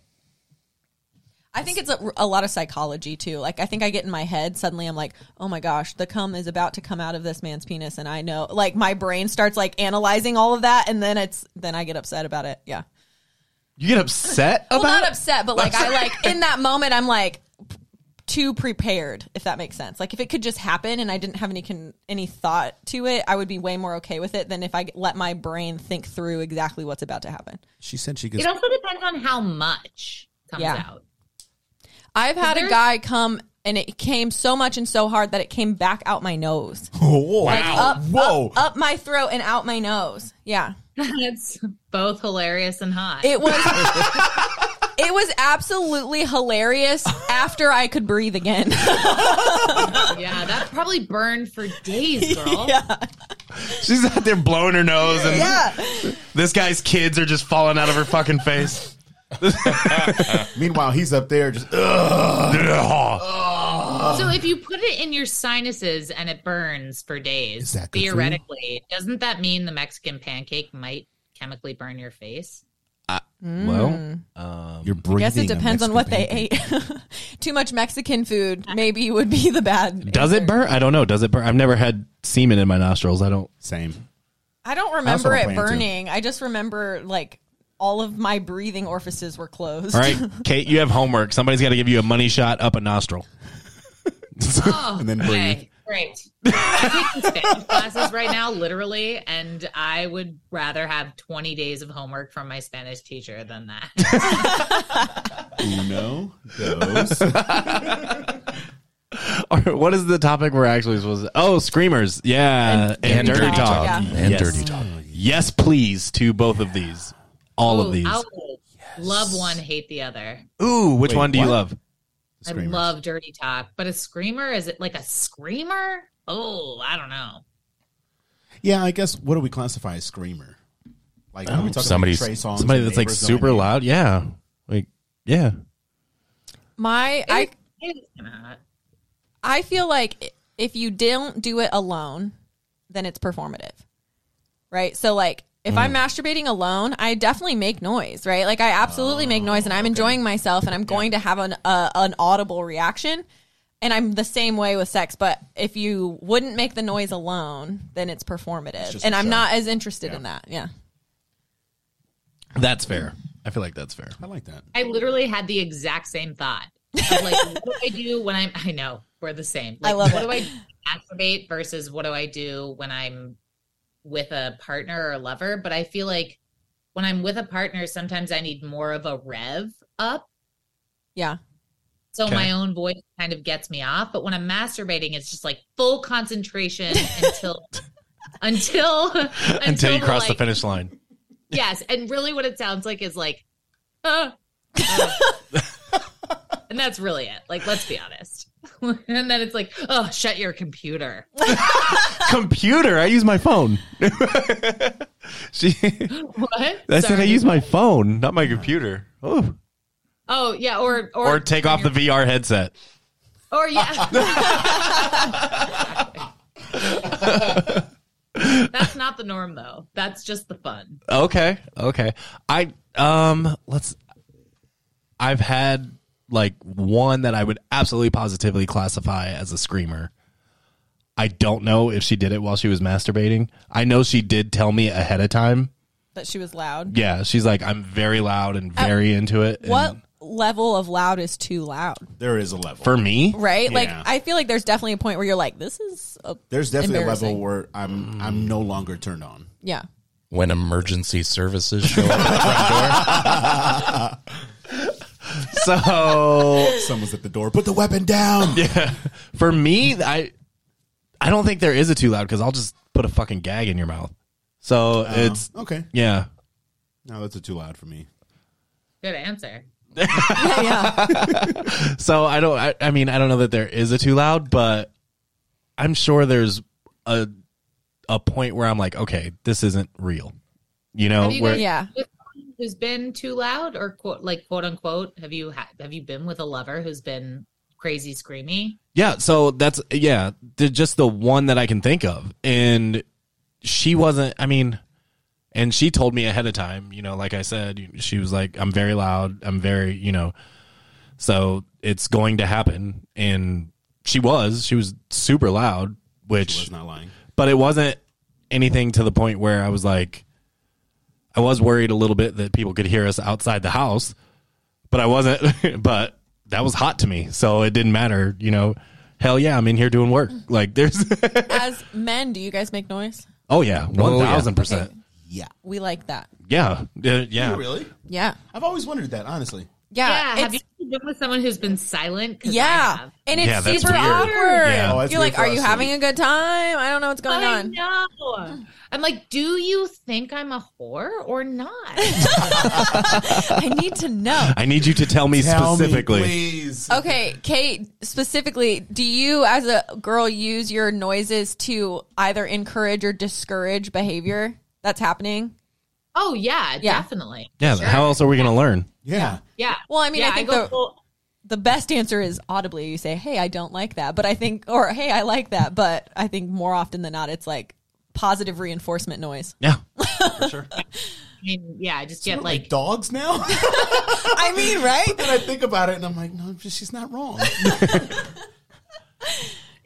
[SPEAKER 4] I think it's a, a lot of psychology too. Like I think I get in my head suddenly. I'm like, oh my gosh, the cum is about to come out of this man's penis, and I know. Like my brain starts like analyzing all of that, and then it's then I get upset about it. Yeah.
[SPEAKER 1] You get upset about
[SPEAKER 4] Well, not
[SPEAKER 1] it?
[SPEAKER 4] upset, but like I like in that moment, I'm like too prepared, if that makes sense. Like if it could just happen and I didn't have any con- any thought to it, I would be way more okay with it than if I let my brain think through exactly what's about to happen.
[SPEAKER 5] She said she
[SPEAKER 2] It
[SPEAKER 5] gets.
[SPEAKER 2] also depends on how much comes
[SPEAKER 4] Yeah.
[SPEAKER 2] out.
[SPEAKER 4] I've had a
[SPEAKER 2] there's-
[SPEAKER 4] guy come and it came so much and so hard that it came back out my nose,
[SPEAKER 5] Oh, wow.
[SPEAKER 4] up,
[SPEAKER 5] Whoa.
[SPEAKER 4] up, up my throat and out my nose. Yeah.
[SPEAKER 2] That's both hilarious and hot.
[SPEAKER 4] It was It was absolutely hilarious after I could breathe again.
[SPEAKER 2] yeah, that probably burned for days, girl.
[SPEAKER 1] She's out there blowing her nose, and
[SPEAKER 4] yeah.
[SPEAKER 1] this guy's kids are just falling out of her fucking face.
[SPEAKER 5] Meanwhile, he's up there just. Ugh.
[SPEAKER 4] Uh.
[SPEAKER 2] So if you put it in your sinuses and it burns for days,
[SPEAKER 5] Is that good for you?
[SPEAKER 2] theoretically, doesn't that mean the Mexican pancake might chemically burn your face?
[SPEAKER 4] Mm.
[SPEAKER 1] Well,
[SPEAKER 5] You're breathing.
[SPEAKER 4] Guess it
[SPEAKER 5] a
[SPEAKER 4] depends on
[SPEAKER 5] Mexican
[SPEAKER 4] what they
[SPEAKER 5] pancake.
[SPEAKER 4] ate. Too much Mexican food maybe would be the bad.
[SPEAKER 1] does it burn? I don't know. Does it burn? I've never had semen in my nostrils. I don't.
[SPEAKER 5] Same.
[SPEAKER 4] I don't
[SPEAKER 5] also
[SPEAKER 4] remember
[SPEAKER 5] don't
[SPEAKER 4] it
[SPEAKER 5] plan to.
[SPEAKER 4] burning. I just remember like all of my breathing orifices were closed.
[SPEAKER 1] All right, Kate, you have homework. Somebody's got to give you a money shot up a nostril.
[SPEAKER 2] Oh,
[SPEAKER 5] And then breathe.
[SPEAKER 2] okay, great. I'm taking Spanish classes right now, literally, and I would rather have 20 days of homework from my Spanish teacher than that.
[SPEAKER 5] Uno goes.
[SPEAKER 1] Or what is the topic we're actually supposed to? Oh, screamers. Yeah. And,
[SPEAKER 4] and
[SPEAKER 1] dirty
[SPEAKER 4] dirty
[SPEAKER 1] talk.
[SPEAKER 4] talk. Yeah.
[SPEAKER 6] And
[SPEAKER 1] Yes.
[SPEAKER 6] dirty talk.
[SPEAKER 1] Yes, please, to both of these. All of
[SPEAKER 2] Ooh,
[SPEAKER 1] these.
[SPEAKER 2] I would Love one, hate the other.
[SPEAKER 1] Ooh, which
[SPEAKER 5] Wait,
[SPEAKER 1] one do you
[SPEAKER 5] what?
[SPEAKER 1] love?
[SPEAKER 5] Screamers.
[SPEAKER 2] I love dirty talk, but a screamer is it like a screamer? Oh, I don't know.
[SPEAKER 5] Yeah, I guess what do we classify as screamer? Like when we talk
[SPEAKER 6] somebody's-
[SPEAKER 5] about Trey Songz
[SPEAKER 1] Oh, Somebody
[SPEAKER 5] and
[SPEAKER 1] that's like
[SPEAKER 5] Neighbors, though,
[SPEAKER 1] super
[SPEAKER 5] I mean,
[SPEAKER 1] loud. Yeah. Like, yeah.
[SPEAKER 4] My I
[SPEAKER 2] It's not.
[SPEAKER 4] I feel like if you don't do it alone, then it's performative. Right? So like if
[SPEAKER 5] Mm.
[SPEAKER 4] I'm masturbating alone, I definitely make noise, right? Like I absolutely make noise and
[SPEAKER 5] Oh,
[SPEAKER 4] I'm enjoying myself and I'm going to have an uh, an audible reaction. And I'm the same way with sex, but if you wouldn't make the noise alone, then it's performative.
[SPEAKER 5] just
[SPEAKER 4] and
[SPEAKER 5] a
[SPEAKER 4] I'm
[SPEAKER 5] show.
[SPEAKER 4] not as interested in that. Yeah.
[SPEAKER 1] That's fair. I feel like that's fair.
[SPEAKER 5] I like that.
[SPEAKER 2] I literally had the exact same thought. Of, like, what do I do when I'm? I know we're the same.
[SPEAKER 4] I
[SPEAKER 2] Like,
[SPEAKER 4] love
[SPEAKER 2] what
[SPEAKER 4] it.
[SPEAKER 2] do I do when I masturbate versus what do I do when I'm with a partner or a lover? But I feel like when I'm with a partner, sometimes I need more of a rev up,
[SPEAKER 4] Yeah.
[SPEAKER 2] so
[SPEAKER 1] Okay.
[SPEAKER 2] my own voice kind of gets me off. But when I'm masturbating, it's just like full concentration until until until,
[SPEAKER 1] Until you
[SPEAKER 2] the,
[SPEAKER 1] cross the
[SPEAKER 2] like-
[SPEAKER 1] finish line.
[SPEAKER 2] Yes, and really, what it sounds like is like, uh, uh. and that's really it. Like, let's be honest. and then it's like, oh, shut your computer.
[SPEAKER 1] Computer. I use my phone. she,
[SPEAKER 2] What?
[SPEAKER 1] I said I
[SPEAKER 2] Sorry.
[SPEAKER 1] use my phone, not my computer. Oh.
[SPEAKER 2] Oh yeah, or or
[SPEAKER 1] Or take off the VR headset.
[SPEAKER 2] or yeah. that's not the norm though. That's just the fun.
[SPEAKER 1] Okay. Okay. I um let's I've had like one that I would absolutely positively classify as a screamer. I don't know if she did it while she was masturbating. I know she did tell me ahead of time.
[SPEAKER 4] That she was loud.
[SPEAKER 1] Yeah, she's like I'm very loud and very into it. and
[SPEAKER 4] What level of loud is too loud?
[SPEAKER 5] There is a level.
[SPEAKER 1] for me?
[SPEAKER 4] Right? Like
[SPEAKER 5] Yeah.
[SPEAKER 4] I feel like there's definitely a point where you're like this is a
[SPEAKER 5] There's definitely a level
[SPEAKER 4] Embarrassing.
[SPEAKER 5] where I'm I'm no longer turned on.
[SPEAKER 4] yeah.
[SPEAKER 6] When emergency services show up at
[SPEAKER 1] So
[SPEAKER 5] Someone's at the door. Put the weapon down.
[SPEAKER 1] for me, I I don't think there is a too loud cuz I'll just put a fucking gag in your mouth. So it's
[SPEAKER 5] okay.
[SPEAKER 1] yeah.
[SPEAKER 5] No, that's a too loud for me.
[SPEAKER 2] Good answer.
[SPEAKER 4] Yeah, yeah.
[SPEAKER 1] So I don't. I, I mean, I don't know that there is a too loud, but I'm sure there's a a point where I'm like, okay, this isn't real. You know,
[SPEAKER 2] Have you
[SPEAKER 1] where
[SPEAKER 2] guys-
[SPEAKER 4] Yeah.
[SPEAKER 2] With someone Who's been too loud or quote like quote unquote? Have you ha- have you been with a lover who's been crazy screamy?
[SPEAKER 1] yeah. So that's yeah, the- just the one that I can think of, and she wasn't. I mean, and she told me ahead of time. You know, like I said, you- she was like, I'm very loud. I'm very, you know, so it's going to happen, and she was. She was super loud, which
[SPEAKER 5] She was not lying.
[SPEAKER 1] but it wasn't anything to the point where I was like, I was worried a little bit that people could hear us outside the house, but I wasn't. but that was hot to me, so it didn't matter. You know, hell yeah, I'm in here doing work. Like there's,
[SPEAKER 4] As men, do you guys make noise?
[SPEAKER 1] oh yeah, one thousand percent.
[SPEAKER 5] Yeah.
[SPEAKER 4] We like that.
[SPEAKER 1] Yeah, yeah. yeah.
[SPEAKER 5] Really?
[SPEAKER 4] Yeah.
[SPEAKER 5] I've always wondered that, honestly.
[SPEAKER 4] Yeah.
[SPEAKER 2] yeah. Have you
[SPEAKER 4] it's-
[SPEAKER 2] been with someone who's been silent? 'Cause I
[SPEAKER 4] yeah.
[SPEAKER 2] have.
[SPEAKER 4] And
[SPEAKER 1] Yeah,
[SPEAKER 4] it's
[SPEAKER 1] that's
[SPEAKER 4] super
[SPEAKER 1] weird.
[SPEAKER 4] awkward.
[SPEAKER 1] Yeah. Oh,
[SPEAKER 5] that's
[SPEAKER 4] You're
[SPEAKER 5] weird
[SPEAKER 4] like,
[SPEAKER 5] for
[SPEAKER 4] are
[SPEAKER 5] us
[SPEAKER 4] you
[SPEAKER 5] too."
[SPEAKER 4] having a good time? I don't know what's going
[SPEAKER 2] I
[SPEAKER 4] on.
[SPEAKER 2] know. I'm like, do you think I'm a whore or not?
[SPEAKER 4] I need to know.
[SPEAKER 1] I need you to tell me
[SPEAKER 5] Tell me,
[SPEAKER 1] specifically.
[SPEAKER 5] please.
[SPEAKER 4] Okay, Kate, specifically, do you as a girl use your noises to either encourage or discourage behavior that's happening?
[SPEAKER 2] oh yeah,
[SPEAKER 4] Yeah.
[SPEAKER 2] definitely.
[SPEAKER 1] yeah.
[SPEAKER 2] Sure.
[SPEAKER 1] How else are we going to learn?
[SPEAKER 5] Yeah.
[SPEAKER 2] Yeah.
[SPEAKER 4] Well, I mean,
[SPEAKER 2] Yeah,
[SPEAKER 4] I think
[SPEAKER 2] go
[SPEAKER 4] the-
[SPEAKER 2] full-
[SPEAKER 4] The best answer is audibly. You say, "Hey, I don't like that," but I think or "Hey, I like that," but I think more often than not it's like positive reinforcement noise.
[SPEAKER 1] Yeah.
[SPEAKER 2] I mean, yeah, I just get
[SPEAKER 5] We're like
[SPEAKER 2] like
[SPEAKER 5] dogs now.
[SPEAKER 4] I mean, right?
[SPEAKER 5] and I think about it, and I'm like, no, she's not wrong.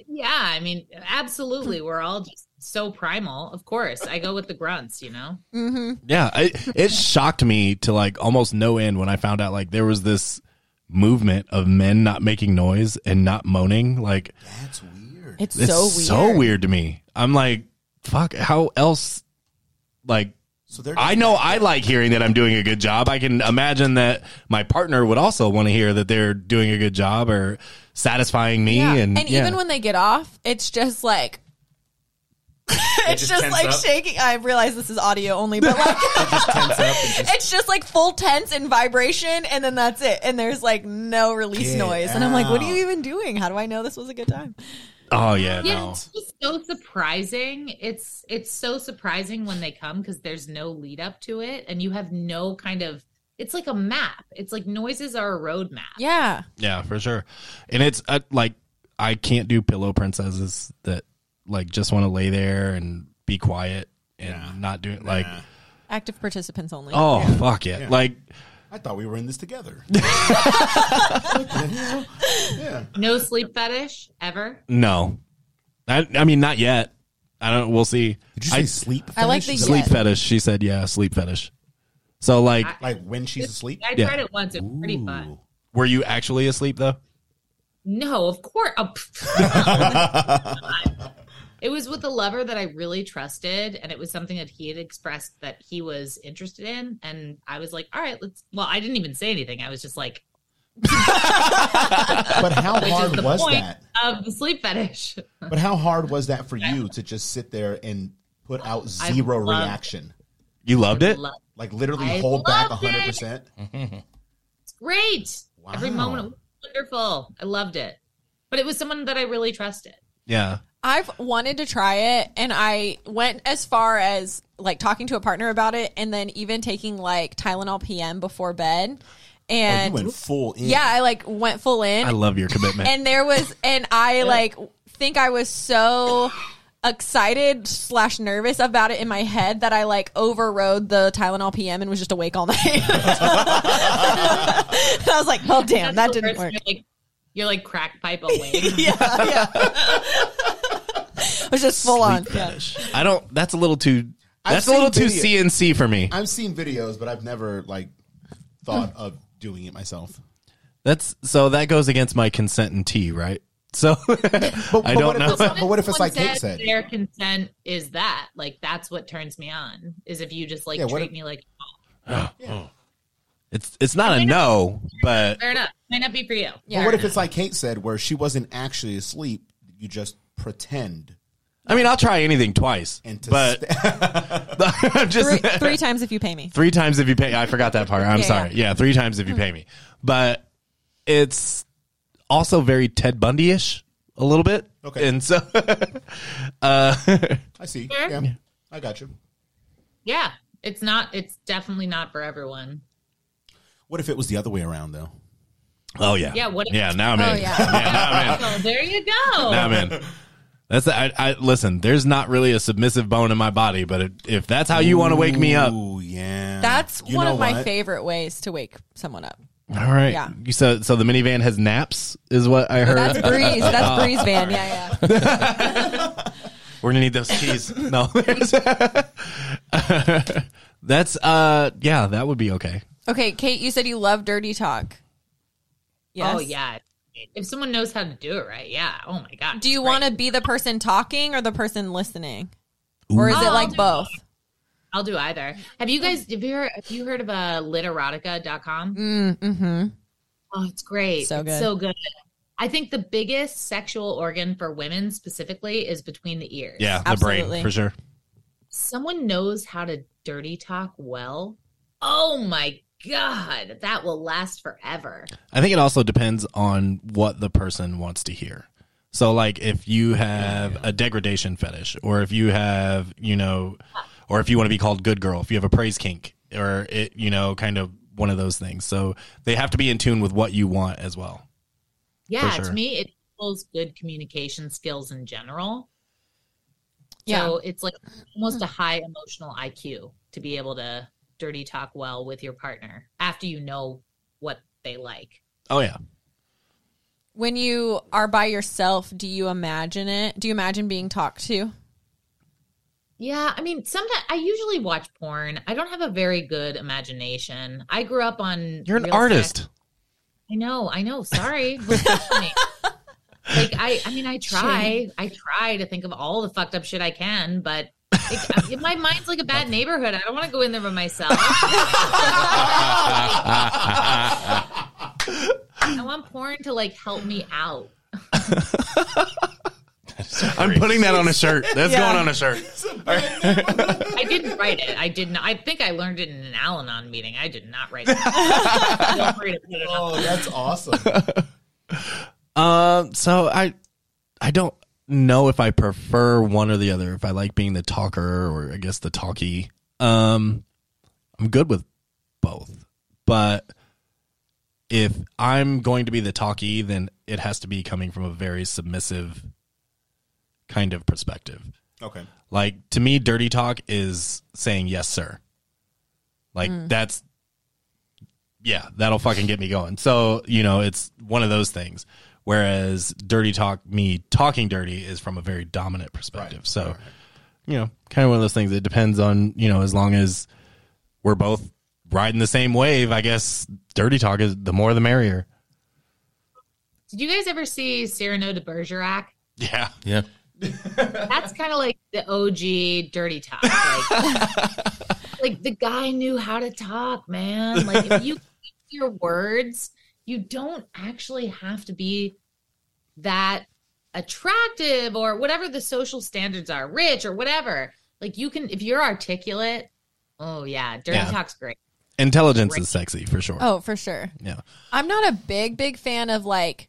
[SPEAKER 2] Yeah, I mean, absolutely. We're all just so primal. Of course, I go with the grunts. You know,
[SPEAKER 1] Yeah, I, it shocked me to like almost no end when I found out like there was this movement of men not making noise and not moaning. Like
[SPEAKER 5] That's weird.
[SPEAKER 4] It's,
[SPEAKER 1] it's
[SPEAKER 4] so weird.
[SPEAKER 1] so weird to me. I'm like, fuck. How else? Like
[SPEAKER 5] So they're
[SPEAKER 1] I know I like hearing that I'm doing a good job. I can imagine that my partner would also want to hear that they're doing a good job or satisfying me.
[SPEAKER 4] Yeah.
[SPEAKER 1] And, yeah.
[SPEAKER 4] even when they get off, it's just like it's
[SPEAKER 5] just
[SPEAKER 4] just,
[SPEAKER 5] tense
[SPEAKER 4] like
[SPEAKER 5] up.
[SPEAKER 4] shaking. I realize this is audio only, but like it's just like full tense and vibration, and then that's it. And there's like no release
[SPEAKER 5] Get
[SPEAKER 4] noise, and I'm like, what are
[SPEAKER 5] out.
[SPEAKER 4] you even doing? How do I know this was a good time?
[SPEAKER 1] oh yeah,
[SPEAKER 2] yeah,
[SPEAKER 1] no.
[SPEAKER 2] it's just so surprising. It's it's so surprising when they come because there's no lead up to it, and you have no kind of. It's like a map. It's like noises are a road map.
[SPEAKER 4] Yeah,
[SPEAKER 1] Yeah, for sure. And it's uh, like I can't do pillow princesses that like just want to lay there and be quiet and not do it. Like,
[SPEAKER 4] active participants only.
[SPEAKER 1] oh fuck it.
[SPEAKER 5] Yeah.
[SPEAKER 1] Like,
[SPEAKER 5] I thought we were in this together.
[SPEAKER 2] No sleep fetish ever.
[SPEAKER 1] no, I, I mean not yet. I don't. We'll see.
[SPEAKER 5] Did you
[SPEAKER 1] I-
[SPEAKER 5] say sleep?
[SPEAKER 4] I like
[SPEAKER 5] fetish?
[SPEAKER 4] the-
[SPEAKER 1] sleep
[SPEAKER 4] yet.
[SPEAKER 1] fetish. She said, yeah, sleep fetish. So like,
[SPEAKER 5] Like when she's asleep.
[SPEAKER 2] I
[SPEAKER 1] Yeah.
[SPEAKER 2] tried it once. It was pretty fun.
[SPEAKER 5] Ooh.
[SPEAKER 1] were you actually asleep though?
[SPEAKER 2] No, of course. oh, pff. it was with a lover that I really trusted, and it was something that he had expressed that he was interested in. And I was like, all right, let's. Well, I didn't even say anything. I was just like,
[SPEAKER 5] But how
[SPEAKER 2] which is
[SPEAKER 5] hard
[SPEAKER 2] the
[SPEAKER 5] was
[SPEAKER 2] point
[SPEAKER 5] that?
[SPEAKER 2] of the sleep fetish.
[SPEAKER 5] But how hard was that for you to just sit there and put out
[SPEAKER 2] I
[SPEAKER 5] zero
[SPEAKER 2] loved-
[SPEAKER 5] reaction?
[SPEAKER 1] You loved it.
[SPEAKER 2] Lo-
[SPEAKER 5] Like literally
[SPEAKER 2] I
[SPEAKER 5] hold back
[SPEAKER 2] loved it.
[SPEAKER 5] 100%.
[SPEAKER 2] It's great. Every
[SPEAKER 5] Wow.
[SPEAKER 2] moment it was wonderful. I loved it. But it was someone that I really trusted.
[SPEAKER 1] yeah.
[SPEAKER 4] I've wanted to try it and I went as far as like talking to a partner about it and then even taking like Tylenol PM before bed.
[SPEAKER 5] Oh,
[SPEAKER 4] And
[SPEAKER 5] you went full in.
[SPEAKER 4] yeah, I like went full in
[SPEAKER 1] I love your commitment.
[SPEAKER 4] and there was and I like think I was so excited slash nervous about it in my head that I like overrode the Tylenol PM and was just awake all night. I was like, well damn, that
[SPEAKER 2] That's the
[SPEAKER 4] didn't
[SPEAKER 2] worst.
[SPEAKER 4] work.
[SPEAKER 2] You're like, you're like crack pipe away.
[SPEAKER 4] Yeah, yeah. it was just full on. Yeah.
[SPEAKER 1] I don't. That's a little too.
[SPEAKER 5] I've
[SPEAKER 1] That's a little
[SPEAKER 5] seen
[SPEAKER 1] too
[SPEAKER 5] video-
[SPEAKER 1] CNC for me.
[SPEAKER 5] I've seen videos, but I've never like thought of doing it myself.
[SPEAKER 1] That's so that goes against my consent and tea, right? So
[SPEAKER 5] But,
[SPEAKER 1] I
[SPEAKER 5] but
[SPEAKER 1] don't
[SPEAKER 5] what
[SPEAKER 1] know.
[SPEAKER 5] If it's, but what if it's
[SPEAKER 2] Someone
[SPEAKER 5] like Kate said?
[SPEAKER 2] Their consent is that. Like that's what turns me on. Is if you just like
[SPEAKER 5] Yeah, what
[SPEAKER 2] treat
[SPEAKER 5] if-
[SPEAKER 2] me like
[SPEAKER 1] it's it's not a no, but
[SPEAKER 2] fair enough. Might not be for you.
[SPEAKER 5] But what if it's like Kate said, where she wasn't actually asleep? You just pretend.
[SPEAKER 1] I mean I'll try anything twice.
[SPEAKER 5] And to
[SPEAKER 1] But I'm just
[SPEAKER 4] Three,
[SPEAKER 1] three,
[SPEAKER 4] three times if you pay me.
[SPEAKER 1] times if you pay. I forgot that part. I'm
[SPEAKER 4] Yeah,
[SPEAKER 1] sorry. Yeah. three times if you pay me. But it's also very Ted Bundy ish a little bit.
[SPEAKER 5] Okay.
[SPEAKER 1] and so
[SPEAKER 5] I see.
[SPEAKER 2] Sure.
[SPEAKER 5] Yeah, I got you.
[SPEAKER 2] Yeah. It's not it's definitely not for everyone.
[SPEAKER 5] What if it was the other way around, though?
[SPEAKER 1] oh yeah,
[SPEAKER 2] Yeah, what if-
[SPEAKER 1] yeah. Now
[SPEAKER 4] Oh,
[SPEAKER 1] I'm in.
[SPEAKER 2] So there you go.
[SPEAKER 1] Now I'm in. That's the, I, I listen. There's not really a submissive bone in my body, but it, if that's how you want to wake me up, all
[SPEAKER 5] Oh yeah,
[SPEAKER 4] That's
[SPEAKER 5] You
[SPEAKER 4] one
[SPEAKER 5] know
[SPEAKER 4] of my
[SPEAKER 5] what?
[SPEAKER 4] favorite ways to wake someone up.
[SPEAKER 1] right.
[SPEAKER 4] Yeah.
[SPEAKER 1] You So so the minivan has naps, is what I heard.
[SPEAKER 4] That's Breeze. That's Breeze Van. Yeah, yeah.
[SPEAKER 1] We're gonna need those keys. No, that's uh, yeah, that would be okay.
[SPEAKER 4] Okay, Kate, you said you love dirty talk. Yes.
[SPEAKER 2] Oh yeah. If someone knows how to do it right, yeah. Oh my god.
[SPEAKER 4] Do you
[SPEAKER 2] Right.
[SPEAKER 4] want to be the person talking or the person listening? Or is
[SPEAKER 2] Ooh.
[SPEAKER 4] it like both?
[SPEAKER 2] I'll do either. Have you guys have you heard, have you heard of uh, literotica.com?
[SPEAKER 4] Mm-hmm.
[SPEAKER 2] Oh, it's great.
[SPEAKER 4] So
[SPEAKER 2] It's
[SPEAKER 4] good.
[SPEAKER 2] so good. I think the biggest sexual organ for women specifically is between the ears.
[SPEAKER 1] Yeah, the
[SPEAKER 4] Absolutely.
[SPEAKER 1] brain for sure.
[SPEAKER 2] Someone knows how to dirty talk well. Oh my God. That will last forever.
[SPEAKER 1] I think it also depends on what the person wants to hear. So, like, if you have a degradation fetish, or if you have, you know, or if you want to be called good girl, if you have a praise kink, or it, you know, kind of one of those things. So they have to be in tune with what you want as well.
[SPEAKER 2] Yeah.
[SPEAKER 1] sure.
[SPEAKER 2] To me, it equals good communication skills in general.
[SPEAKER 4] Yeah.
[SPEAKER 2] So it's like almost a high emotional IQ to be able to dirty talk well with your partner after you know what they like.
[SPEAKER 1] Oh yeah,
[SPEAKER 4] When you are by yourself, do you imagine it? Do you imagine being talked to?
[SPEAKER 2] Yeah, I mean, sometimes I usually watch porn. I don't have a very good imagination. I grew up on.
[SPEAKER 1] you're an
[SPEAKER 2] real
[SPEAKER 1] artist.
[SPEAKER 2] sex- I know. I know. Sorry. Respect me. like I, I mean, I try. I try to think of all the fucked up shit I can, but it, I- my mind's like a bad neighborhood. I don't want to go in there by myself. I want porn to like help me out.
[SPEAKER 1] I'm putting that on a shirt. That's
[SPEAKER 4] Yeah.
[SPEAKER 1] going on a shirt.
[SPEAKER 2] I didn't write it. I didn't. I think I learned it in an Al-Anon meeting. I did not write it. Don't worry to put it up.
[SPEAKER 5] Oh, that's awesome.
[SPEAKER 1] Um, so I, I don't know if I prefer one or the other. If I like being the talker or I guess the talkie. Um, I'm good with both, but if I'm going to be the talkie, then it has to be coming from a very submissive kind of perspective.
[SPEAKER 5] okay.
[SPEAKER 1] Like to me, dirty talk is saying yes, sir. Like that's yeah, that'll fucking get me going. So, you know, it's one of those things. Whereas dirty talk, me talking dirty is from a very dominant perspective. So, you know, kind of one of those things. It depends on, you know, as long as we're both riding the same wave, I guess dirty talk is the more the merrier.
[SPEAKER 2] Did you guys ever see Cyrano de Bergerac?
[SPEAKER 1] Yeah.
[SPEAKER 6] Yeah.
[SPEAKER 2] That's kind of like the OG dirty talk. Like, like the guy knew how to talk, man. Like if you keep your words, you don't actually have to be that attractive or whatever the social standards are, rich or whatever. Like you can if you're articulate, oh yeah, dirty
[SPEAKER 1] Yeah.
[SPEAKER 2] talk's great.
[SPEAKER 1] Intelligence is sexy for sure.
[SPEAKER 4] Oh, for sure.
[SPEAKER 1] Yeah.
[SPEAKER 4] I'm not a big, big fan of like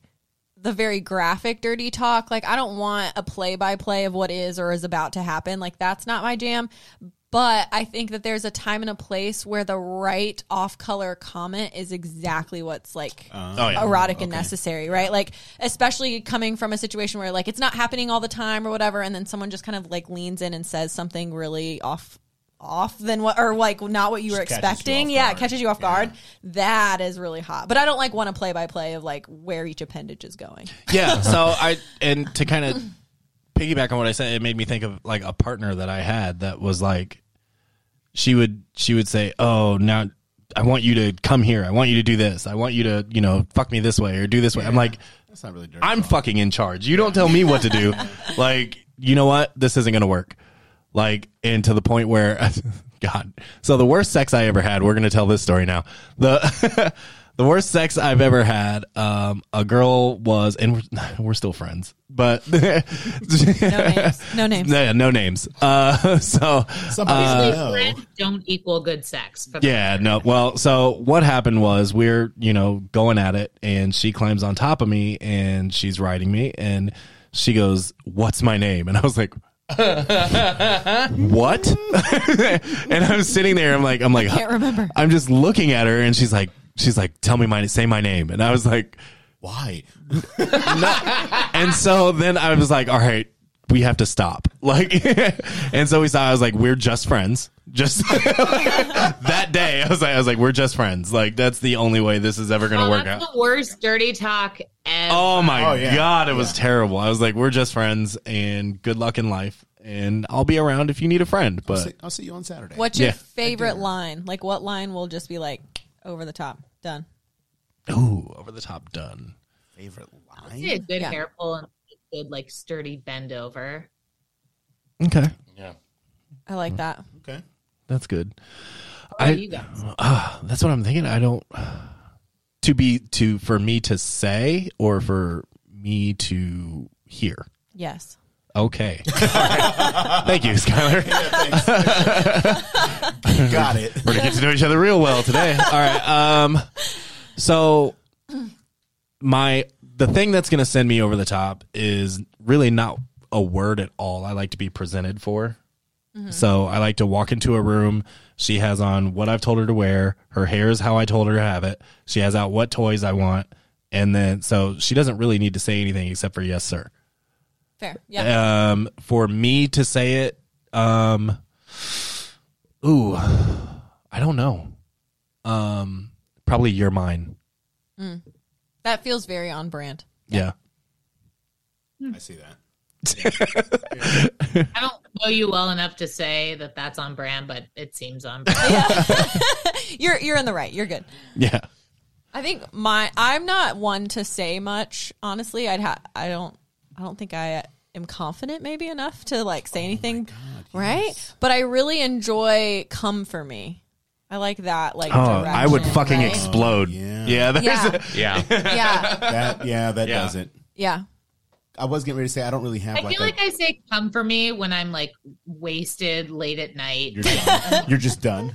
[SPEAKER 4] the very graphic dirty talk. Like I don't want a play by play of what is or is about to happen. Like that's not my jam. But I think that there's a time and a place where the right off color comment is exactly what's like
[SPEAKER 1] Oh, yeah.
[SPEAKER 4] erotic and necessary, right? Like especially coming from a situation where like it's not happening all the time or whatever, and then someone just kind of like leans in and says something really off off than what or like not what you were
[SPEAKER 5] Just catches you
[SPEAKER 4] expecting.
[SPEAKER 5] off
[SPEAKER 4] yeah, it
[SPEAKER 5] guard.
[SPEAKER 4] catches you off guard. That is really hot. But I don't like want a play by play of like where each appendage is going.
[SPEAKER 1] yeah so i and to kind of piggyback on what i said it made me think of like a partner that i had that was like she would she would say oh now i want you to come here i want you to do this i want you to you know fuck me this way or do this way i'm like
[SPEAKER 5] That's not really dirty.
[SPEAKER 1] i'm fucking in charge you don't tell me what to do like you know what this isn't gonna work like and to the point where god so the worst sex i ever had we're gonna tell this story now the the worst sex i've ever had um a girl was and we're, we're still friends but
[SPEAKER 4] No names. No names.
[SPEAKER 1] yeah, no names uh so
[SPEAKER 5] Somebody
[SPEAKER 1] Uh,
[SPEAKER 2] Usually
[SPEAKER 5] should know.
[SPEAKER 2] friends don't equal good sex. For the
[SPEAKER 1] yeah, no. Well, so what happened was we're, you know, going at it and she climbs on top of me and she's riding me and she goes, "What's my name?" And I was like, "What?" and I'm sitting there I'm like I'm like
[SPEAKER 4] Can't remember.
[SPEAKER 1] I'm just looking at her and she's like she's like, "Tell me my say my name." And I was like,
[SPEAKER 5] Why?
[SPEAKER 1] and so then I was like, all right, we have to stop. Like, and so we saw, I was like, we're just friends. Just that day, I was like, I was like, we're just friends. Like, that's the only way this is ever going to
[SPEAKER 2] Oh,
[SPEAKER 1] work
[SPEAKER 2] that's
[SPEAKER 1] out.
[SPEAKER 2] the worst dirty talk ever.
[SPEAKER 1] Oh my
[SPEAKER 5] Oh, yeah.
[SPEAKER 1] God, it was terrible. I was like, we're just friends and good luck in life. And I'll be around if you need a friend.
[SPEAKER 5] I'll see,
[SPEAKER 1] But
[SPEAKER 5] I'll see you on Saturday.
[SPEAKER 4] What's your
[SPEAKER 1] Yeah.
[SPEAKER 4] favorite line? Like what line will just be like over the top? Done.
[SPEAKER 1] ooh, over the top done.
[SPEAKER 5] favorite
[SPEAKER 2] See a
[SPEAKER 5] line?
[SPEAKER 2] good
[SPEAKER 4] Yeah.
[SPEAKER 2] hair pull and a good like sturdy bend over.
[SPEAKER 1] Okay.
[SPEAKER 6] Yeah.
[SPEAKER 5] Mm.
[SPEAKER 4] I like that.
[SPEAKER 5] Okay.
[SPEAKER 1] That's good.
[SPEAKER 2] What
[SPEAKER 1] I
[SPEAKER 2] do you guys?
[SPEAKER 1] that's what I'm thinking. I don't to be to for me to say or for me to hear.
[SPEAKER 4] Yes.
[SPEAKER 1] Okay. Thank you, Skylar.
[SPEAKER 5] Got it.
[SPEAKER 1] We're gonna get to know each other real well today. All right. Um, so my the thing that's gonna send me over the top is really not a word at all. I like to be presented for. So I like to walk into a room. She has on what I've told her to wear. Her hair is how I told her to have it. She has out what toys I want, and then so she doesn't really need to say anything except for yes, sir
[SPEAKER 4] Fair. Yeah.
[SPEAKER 1] um, for me to say it, um, ooh, I don't know. Um, probably you're mine.
[SPEAKER 4] that feels very on brand.
[SPEAKER 1] Yeah.
[SPEAKER 5] I see that.
[SPEAKER 2] I don't know you well enough to say that that's on brand, but it seems on brand.
[SPEAKER 4] You're you're in the right. You're good.
[SPEAKER 1] Yeah.
[SPEAKER 4] I think my I'm not one to say much. Honestly, I'd ha- I don't I don't think I am confident maybe enough to like
[SPEAKER 5] Oh
[SPEAKER 4] say anything, right? But I really enjoy come for me. I like that. Like
[SPEAKER 1] Oh, I would
[SPEAKER 4] direction,
[SPEAKER 1] fucking
[SPEAKER 4] right?
[SPEAKER 1] explode.
[SPEAKER 5] Yeah.
[SPEAKER 1] Yeah. There's
[SPEAKER 4] Yeah,
[SPEAKER 6] Yeah.
[SPEAKER 4] yeah,
[SPEAKER 5] That yeah, that
[SPEAKER 1] Yeah.
[SPEAKER 5] does it.
[SPEAKER 4] yeah.
[SPEAKER 5] I was getting ready to say I don't really have
[SPEAKER 2] I
[SPEAKER 5] like,
[SPEAKER 2] feel
[SPEAKER 5] a,
[SPEAKER 2] like I say come for me when I'm like wasted late at night.
[SPEAKER 5] you're done. you're just done.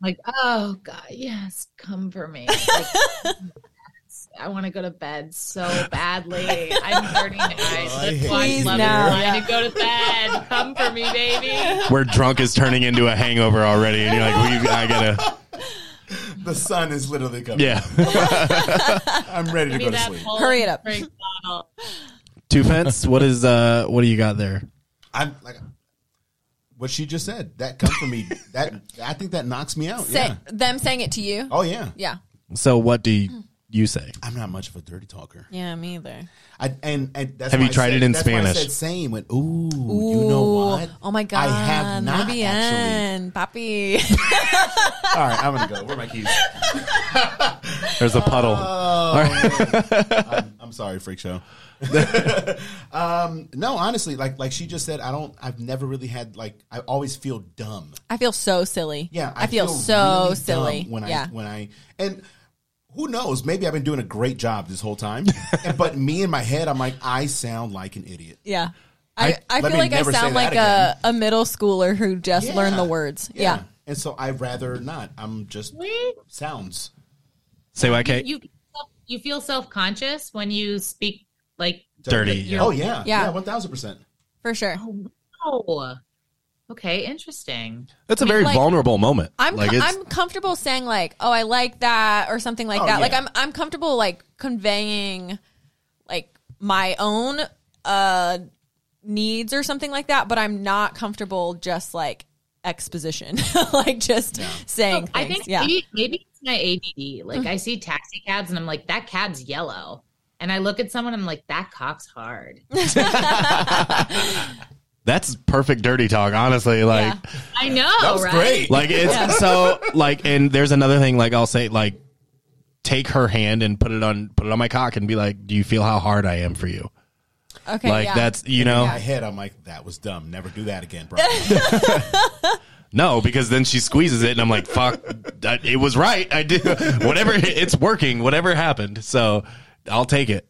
[SPEAKER 2] like, oh God, yes, come for me. Like, I want to go to bed so badly. I'm 39. That's why I
[SPEAKER 4] Please
[SPEAKER 2] love
[SPEAKER 4] now.
[SPEAKER 2] trying to go to bed. Come for me, baby.
[SPEAKER 1] Where drunk is turning into a hangover already, and you're like, we, I gotta,
[SPEAKER 5] The sun is literally coming.
[SPEAKER 1] yeah.
[SPEAKER 5] I'm ready to
[SPEAKER 2] Give me
[SPEAKER 5] go to
[SPEAKER 2] that
[SPEAKER 5] sleep.
[SPEAKER 2] full
[SPEAKER 4] Hurry it up.
[SPEAKER 2] drink bottle.
[SPEAKER 1] Two fence. What is uh? What do you got there?
[SPEAKER 5] I'm like what she just said. That come from me. That I think that knocks me out.
[SPEAKER 4] Say,
[SPEAKER 5] yeah.
[SPEAKER 4] Them saying it to you.
[SPEAKER 5] Oh yeah.
[SPEAKER 4] Yeah,
[SPEAKER 1] So what do you, you say?
[SPEAKER 5] I'm not much of a dirty talker.
[SPEAKER 4] yeah. Me either.
[SPEAKER 5] I, and, and that's
[SPEAKER 1] Have
[SPEAKER 5] why
[SPEAKER 1] you
[SPEAKER 5] I
[SPEAKER 1] tried
[SPEAKER 5] said-
[SPEAKER 1] it in
[SPEAKER 5] that's why I
[SPEAKER 1] Spanish?
[SPEAKER 5] said same when ooh, you know what?
[SPEAKER 4] Ooh, Oh my god!
[SPEAKER 5] I have not
[SPEAKER 4] Muy
[SPEAKER 5] actually.
[SPEAKER 4] bien, Papi.
[SPEAKER 5] All right, I'm gonna go. Where are my keys?
[SPEAKER 1] There's a puddle.
[SPEAKER 5] I'm, I'm sorry, freak show. um, no, honestly, like like she just said, I don't. I've never really had like. I always feel dumb.
[SPEAKER 4] I feel so silly.
[SPEAKER 5] Yeah,
[SPEAKER 4] I, feel, so
[SPEAKER 5] really dumb
[SPEAKER 4] silly
[SPEAKER 5] when
[SPEAKER 4] yeah.
[SPEAKER 5] I when I and who knows? Maybe I've been doing a great job this whole time, and, but me in my head, I'm like, I sound like an idiot.
[SPEAKER 4] Yeah. I,
[SPEAKER 5] I-
[SPEAKER 4] I feel
[SPEAKER 5] let me
[SPEAKER 4] like I
[SPEAKER 5] never say
[SPEAKER 4] sound like
[SPEAKER 5] that
[SPEAKER 4] a, a middle schooler who just
[SPEAKER 5] Yeah.
[SPEAKER 4] learned the words. Yeah.
[SPEAKER 5] and so I'd rather not. I'm just
[SPEAKER 2] We-
[SPEAKER 5] sounds.
[SPEAKER 1] Say what, Kate?
[SPEAKER 2] You you feel self conscious when you speak like
[SPEAKER 1] Dirty. yeah.
[SPEAKER 5] Oh yeah,
[SPEAKER 4] Yeah.
[SPEAKER 5] yeah, one thousand percent.
[SPEAKER 4] for sure.
[SPEAKER 2] oh okay interesting
[SPEAKER 1] That's a very
[SPEAKER 4] like-
[SPEAKER 1] vulnerable moment.
[SPEAKER 4] I'm
[SPEAKER 1] like
[SPEAKER 4] com-
[SPEAKER 1] it's,
[SPEAKER 4] I'm comfortable saying like, oh, I like that or something like
[SPEAKER 5] Oh,
[SPEAKER 4] that. Like
[SPEAKER 5] yeah.
[SPEAKER 4] I'm I'm comfortable like conveying like my own uh needs or something like that, but I'm not comfortable just like exposition, like just saying.
[SPEAKER 2] I
[SPEAKER 4] things.
[SPEAKER 2] think
[SPEAKER 4] yeah. Mm-hmm.
[SPEAKER 2] maybe, maybe it's my ADD. Like I see taxi cabs and I'm like, that cab's yellow. And I look at someone, I'm like, that cock's hard.
[SPEAKER 1] that's perfect dirty talk, honestly. Like,
[SPEAKER 4] Yeah.
[SPEAKER 2] I know,
[SPEAKER 5] That was
[SPEAKER 2] right?
[SPEAKER 5] great.
[SPEAKER 1] Like it's
[SPEAKER 4] Yeah.
[SPEAKER 1] so like and there's another thing like I'll say like take her hand and put it on put it on my cock and be like, Do you feel how hard I am for you?
[SPEAKER 4] Okay.
[SPEAKER 1] like
[SPEAKER 4] yeah.
[SPEAKER 1] that's you know
[SPEAKER 5] In my head, I'm like, that was dumb. Never do that again, bro.
[SPEAKER 1] no because then she squeezes it and I'm like fuck that- it was right I do whatever it's working whatever happened so I'll take it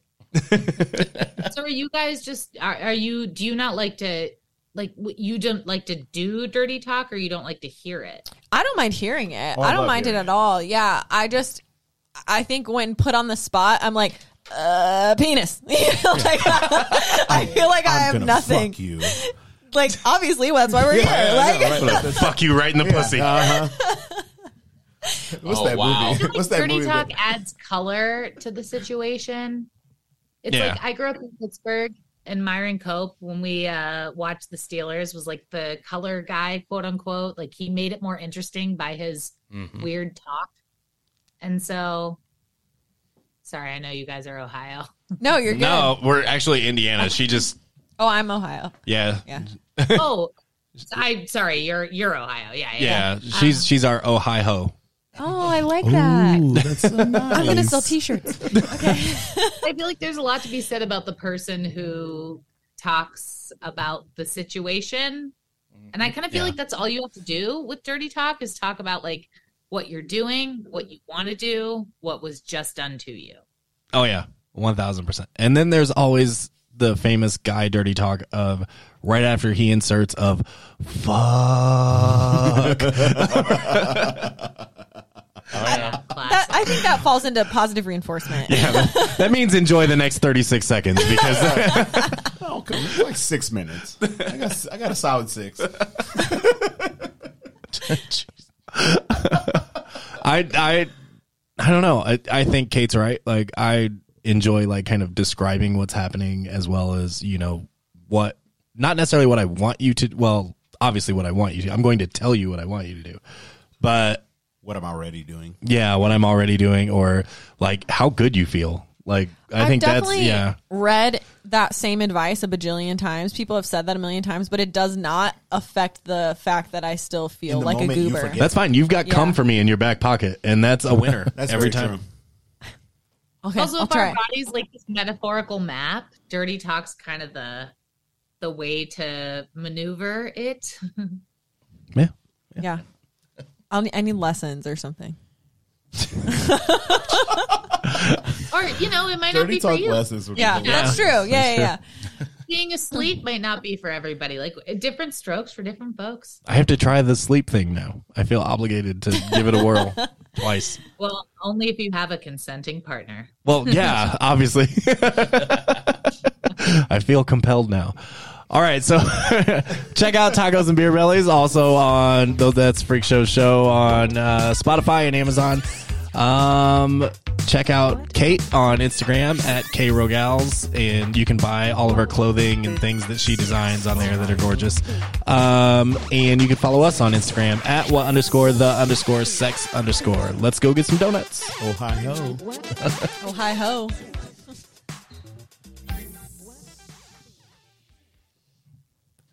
[SPEAKER 2] So are you guys just are, are you? Do you not like to like w- you don't like to do dirty talk, or you don't like to hear it?
[SPEAKER 4] I don't mind hearing it.
[SPEAKER 5] Oh, I
[SPEAKER 4] I don't
[SPEAKER 5] love
[SPEAKER 4] mind it at
[SPEAKER 5] hearing
[SPEAKER 4] all. Yeah, I just I think when put on the spot, I'm like uh penis. like, I feel like I
[SPEAKER 5] I'm
[SPEAKER 4] have
[SPEAKER 5] gonna
[SPEAKER 4] nothing.
[SPEAKER 5] Fuck you.
[SPEAKER 4] Like obviously well, that's why we're here. like
[SPEAKER 5] Yeah, right.
[SPEAKER 1] fuck you right in the pussy
[SPEAKER 5] Uh-huh. What's
[SPEAKER 6] Oh,
[SPEAKER 5] that
[SPEAKER 6] wow.
[SPEAKER 5] movie? What's that
[SPEAKER 2] dirty
[SPEAKER 5] movie?
[SPEAKER 2] talk
[SPEAKER 5] with-
[SPEAKER 2] adds color to the situation. It's
[SPEAKER 1] Yeah.
[SPEAKER 2] like I grew up in Pittsburgh, and Myron Cope, when we uh, watched the Steelers, was like the color guy, quote unquote. Like he made it more interesting by his
[SPEAKER 5] Mm-hmm.
[SPEAKER 6] Mhm.
[SPEAKER 2] weird talk. And so, sorry, I know you guys are Ohio.
[SPEAKER 4] No, you're good.
[SPEAKER 1] no we're actually Indiana she just
[SPEAKER 4] Oh, I'm Ohio.
[SPEAKER 1] yeah yeah,
[SPEAKER 4] Yeah.
[SPEAKER 2] oh, I'm sorry, you're you're Ohio. Yeah, yeah. yeah.
[SPEAKER 1] she's she's our Ohio
[SPEAKER 4] Oh, I like that.
[SPEAKER 5] Ooh, that's so nice.
[SPEAKER 4] I'm gonna sell t-shirts.
[SPEAKER 2] I feel like there's a lot to be said about the person who talks about the situation And
[SPEAKER 5] Mm-hmm.
[SPEAKER 2] I kind of feel
[SPEAKER 6] Yeah.
[SPEAKER 2] like that's all you have to do with dirty talk is talk about like what you're doing, what you want to do, what was just done to you.
[SPEAKER 1] Oh yeah, one thousand percent. And then there's always the famous guy dirty talk of right after he inserts of fuck.
[SPEAKER 2] Class.
[SPEAKER 4] That, I think that falls into positive reinforcement.
[SPEAKER 1] that means enjoy the next thirty six seconds because uh,
[SPEAKER 5] Oh, come on, like six minutes. I got I got a solid six.
[SPEAKER 1] I I I don't know. I I think Kate's right. Like I enjoy like kind of describing what's happening as well as you know what not necessarily what I want you to. Well, obviously what I want you to. I'm going to tell you what I want you to do, but
[SPEAKER 5] What am I already doing?
[SPEAKER 1] yeah, what I'm already doing or like how good you feel. Like I
[SPEAKER 4] I've
[SPEAKER 1] think that's
[SPEAKER 4] definitely
[SPEAKER 1] yeah.
[SPEAKER 4] read that same advice a bajillion times. People have said that a million times, but it does not affect the fact that I still feel
[SPEAKER 5] the
[SPEAKER 4] like a
[SPEAKER 5] moment, you
[SPEAKER 4] goober.
[SPEAKER 5] forget.
[SPEAKER 1] That's fine. You've got
[SPEAKER 4] Yeah.
[SPEAKER 1] come for me in your back pocket, and that's a winner
[SPEAKER 5] That's
[SPEAKER 1] every
[SPEAKER 5] very
[SPEAKER 1] time.
[SPEAKER 5] true.
[SPEAKER 4] Okay,
[SPEAKER 2] also,
[SPEAKER 4] I'll
[SPEAKER 2] if our
[SPEAKER 4] try. it.
[SPEAKER 2] body's like this metaphorical map, dirty talk's kind of the the way to maneuver it.
[SPEAKER 1] Yeah.
[SPEAKER 4] Yeah, I'll, ne- I need lessons or something.
[SPEAKER 2] or you know, it might not
[SPEAKER 5] Dirty
[SPEAKER 2] be for
[SPEAKER 5] talk
[SPEAKER 2] you.
[SPEAKER 5] lessons. would be
[SPEAKER 4] Yeah,
[SPEAKER 5] good.
[SPEAKER 4] that's true. Yeah, yeah, yeah.
[SPEAKER 2] Being asleep might not be for everybody. Like different strokes for different folks.
[SPEAKER 1] I have to try the sleep thing now. I feel obligated to give it a whirl twice.
[SPEAKER 2] Well, only if you have a consenting partner.
[SPEAKER 1] Well, yeah, obviously. I feel compelled now. All right, so check out Tacos and Beer Bellies also on though that's Freak Show Show on uh, Spotify and Amazon. Um, check out Kate on Instagram at krogals, and you can buy all of her clothing and things that she designs on there that are gorgeous. Um, and you can follow us on Instagram at what underscore the underscore sex underscore. Let's go get some donuts.
[SPEAKER 5] Ohio.
[SPEAKER 3] What?
[SPEAKER 4] Oh hi ho.